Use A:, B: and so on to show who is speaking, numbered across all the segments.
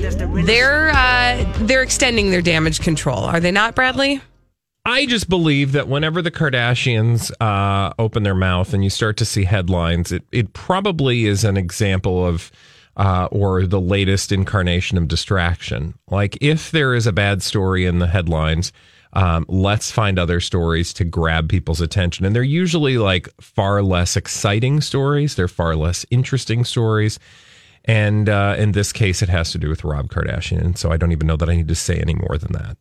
A: They're uh, they're extending their damage control, are they not, Bradley?
B: I just believe that whenever the Kardashians uh, open their mouth and you start to see headlines, it, it probably is an example of uh, or the latest incarnation of distraction. Like if there is a bad story in the headlines, um, let's find other stories to grab people's attention. And they're usually like far less exciting stories. They're far less interesting stories. And uh, in this case, it has to do with Rob Kardashian. And so I don't even know that I need to say any more than that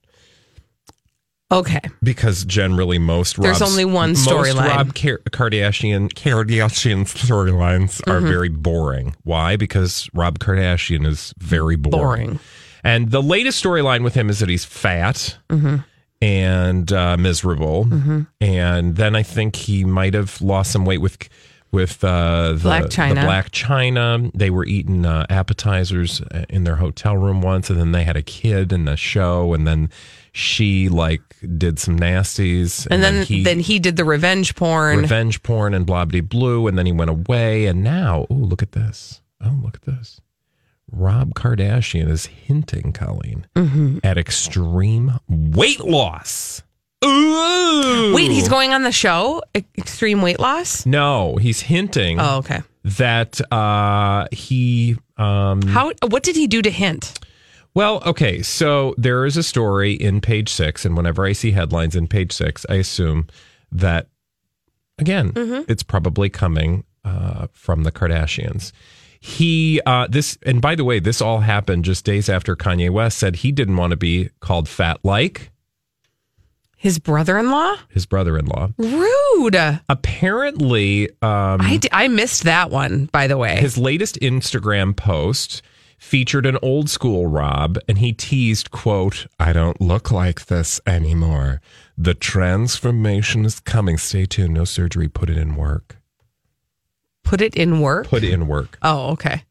A: Okay.
B: because generally most
A: There's
B: Rob's-
A: only one
B: most
A: storyline.
B: Rob Car- Kardashian Kardashian storylines are
A: Mm-hmm.
B: very boring. Why? Because Rob Kardashian is very boring.
A: Boring.
B: And the latest storyline with him is that he's fat
A: Mm-hmm.
B: and uh, miserable. And then I think he might have lost some weight with with uh, the
A: Blac Chyna.
B: The Black China. They were eating uh, appetizers uh, in their hotel room once, and then they had a kid in the show, and then she like did some nasties,
A: And, then then he did the revenge porn.
B: revenge porn and blah blah blue, and then he went away, and now oh look at this, oh look at this. Rob Kardashian is hinting, Colleen,
A: Mm-hmm.
B: at extreme weight loss. Ooh.
A: Wait, he's going on the show? E- Extreme weight loss?
B: No, he's hinting
A: Oh, okay.
B: that uh, he um,
A: How what did he do to hint?
B: Well, okay. So there is a story in page six, and whenever I see headlines in page six, I assume that, again, it's probably coming uh, from the Kardashians. He, uh, this, and by the way, this all happened just days after Kanye West said he didn't want to be called fat like
A: His brother-in-law?
B: his brother in law.
A: Rude.
B: Um, Apparently, um,
A: I, d- I missed that one, by the way.
B: His latest Instagram post featured an old school Rob, and he teased, quote, I don't look like this anymore. The transformation is coming. Stay tuned. No surgery. Put it in work.
A: Put it in work.
B: Put in work.
A: oh, okay.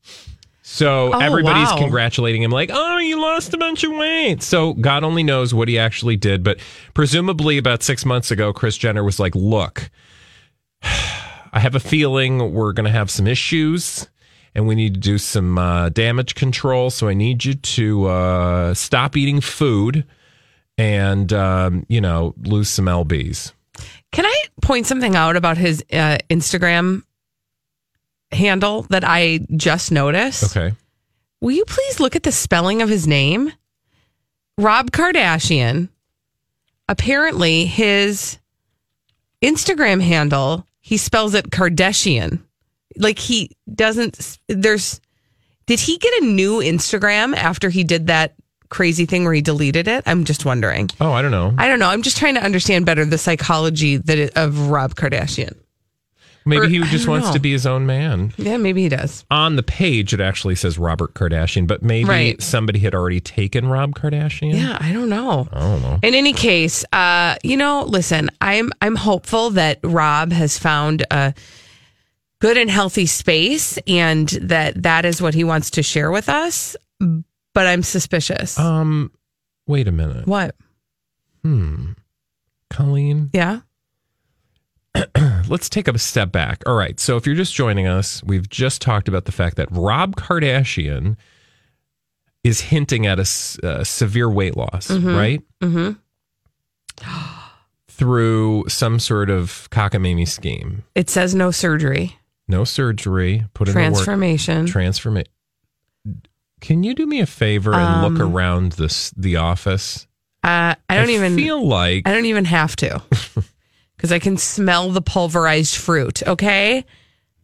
B: So
A: Oh,
B: everybody's
A: wow.
B: congratulating him, like, oh, you lost a bunch of weight. So God only knows what he actually did. But presumably, about six months ago, Chris Jenner was like, look, I have a feeling we're going to have some issues and we need to do some uh, damage control. So I need you to uh, stop eating food and, um, you know, lose some LBs.
A: Can I point something out about his uh, Instagram handle that I just noticed?
B: Okay.
A: Will you please look at the spelling of his name? Rob Kardashian. Apparently, his Instagram handle, he spells it Kardashian. Like he doesn't, there's, did he get a new Instagram after he did that crazy thing where he deleted it? I'm just wondering.
B: Oh, I don't know.
A: I don't know. I'm just trying to understand better the psychology that it, of Rob Kardashian.
B: Maybe
A: or-
B: he
A: I
B: just
A: don't
B: wants
A: know.
B: to be his own man.
A: Yeah, maybe he does.
B: on the page it actually says Robert Kardashian, but maybe
A: Right.
B: somebody had already taken Rob Kardashian.
A: Yeah, I don't know.
B: I don't know.
A: In any case, uh, you know, listen, I'm I'm hopeful that Rob has found a good and healthy space, and that that is what he wants to share with us. But I'm suspicious.
B: Um, wait a minute, Hmm.
A: what?
B: Colleen.
A: Yeah.
B: Let's take a step back. All right. So if you're just joining us, we've just talked about the fact that Rob Kardashian is hinting at a s- uh, severe weight loss, right?
A: Mm-hmm.
B: Through some sort of cockamamie scheme.
A: It says no surgery,
B: No surgery. Put in the work.
A: transformation.
B: Transform it. Can you do me a favor and look
A: Um,
B: around this the office?
A: uh, I don't even
B: feel like
A: I don't even have to, because I can smell the pulverized fruit. Okay,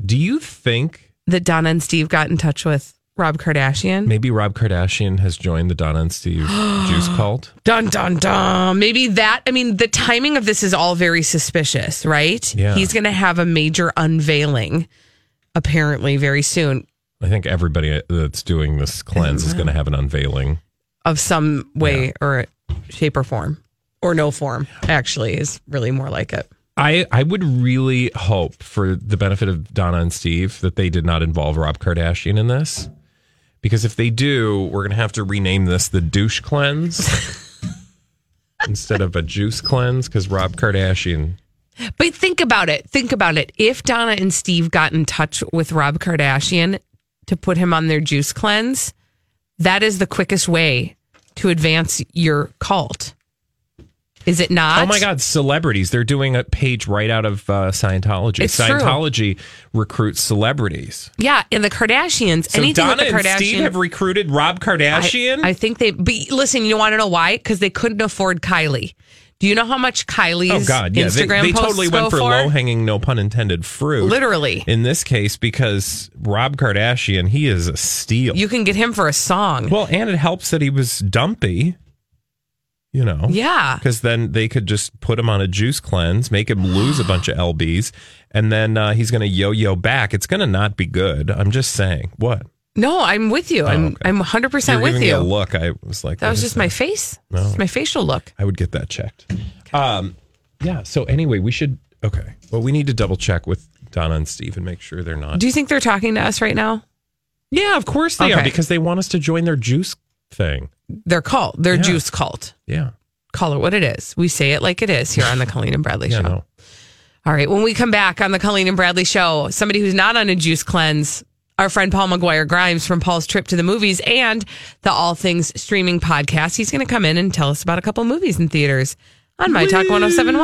B: do you think
A: that Donna and Steve got in touch with Rob Kardashian.
B: Maybe Rob Kardashian has joined the Donna and Steve juice cult.
A: Dun dun dun. Maybe that. I mean, the timing of this is all very suspicious, right?
B: Yeah.
A: He's going to have a major unveiling, apparently, very soon
B: I think everybody that's doing this cleanse is going to have an unveiling.
A: of some way or shape or form, or no form. Actually, is really more like it.
B: I, I would really hope for the benefit of Donna and Steve that they did not involve Rob Kardashian in this. Because if they do, we're going to have to rename this the douche cleanse instead of a juice cleanse because Rob Kardashian.
A: But think about it. Think about it. If Donna and Steve got in touch with Rob Kardashian to put him on their juice cleanse, that is the quickest way to advance your cult. Is it not?
B: Oh my God, celebrities. They're doing a page right out of uh, Scientology.
A: It's true.
B: Scientology recruits celebrities.
A: Yeah, and the Kardashians.
B: So
A: anything
B: Donna
A: with the Kardashians.
B: and Steve have recruited Rob Kardashian.
A: I, I think they. But listen, you want to know why? Because they couldn't afford Kylie. Do you know how much Kylie's
B: oh God, yeah,
A: Instagram
B: they, they
A: posts
B: totally
A: go
B: went for, low hanging, no pun intended, fruit.
A: Literally,
B: in this case because Rob Kardashian, he is a steal.
A: you can get him for a song.
B: well, and it helps that he was dumpy. You know.
A: yeah,
B: Because then they could just put him on a juice cleanse, make him lose a bunch of lbs, and then uh, he's going to yo-yo back. It's going to not be good. I'm just saying. What?
A: no, I'm with you. I'm
B: Oh, okay.
A: I'm 100
B: You're
A: percent
B: giving
A: with
B: me a Oh.
A: you.
B: look. I was like,
A: That
B: what
A: was
B: is
A: just my face. It's just my facial look.
B: I would get that checked. Um, yeah. So anyway, we should. Okay. Well, we need to double check with Donna and Steve and make sure they're not.
A: Do you think they're talking to us right now?
B: yeah, of course they are
A: Okay.
B: because they want us to join their juice thing.
A: Their cult, their
B: Yeah.
A: juice cult.
B: Yeah.
A: Call it what it is. We say it like it is here on the Colleen and Bradley
B: Yeah.
A: show.
B: No.
A: All right. When we come back on the Colleen and Bradley show, somebody who's not on a juice cleanse, our friend Paul McGuire Grimes from Paul's Trip to the Movies and the All Things Streaming podcast. He's going to come in and tell us about a couple movies in theaters on My Talk 1071.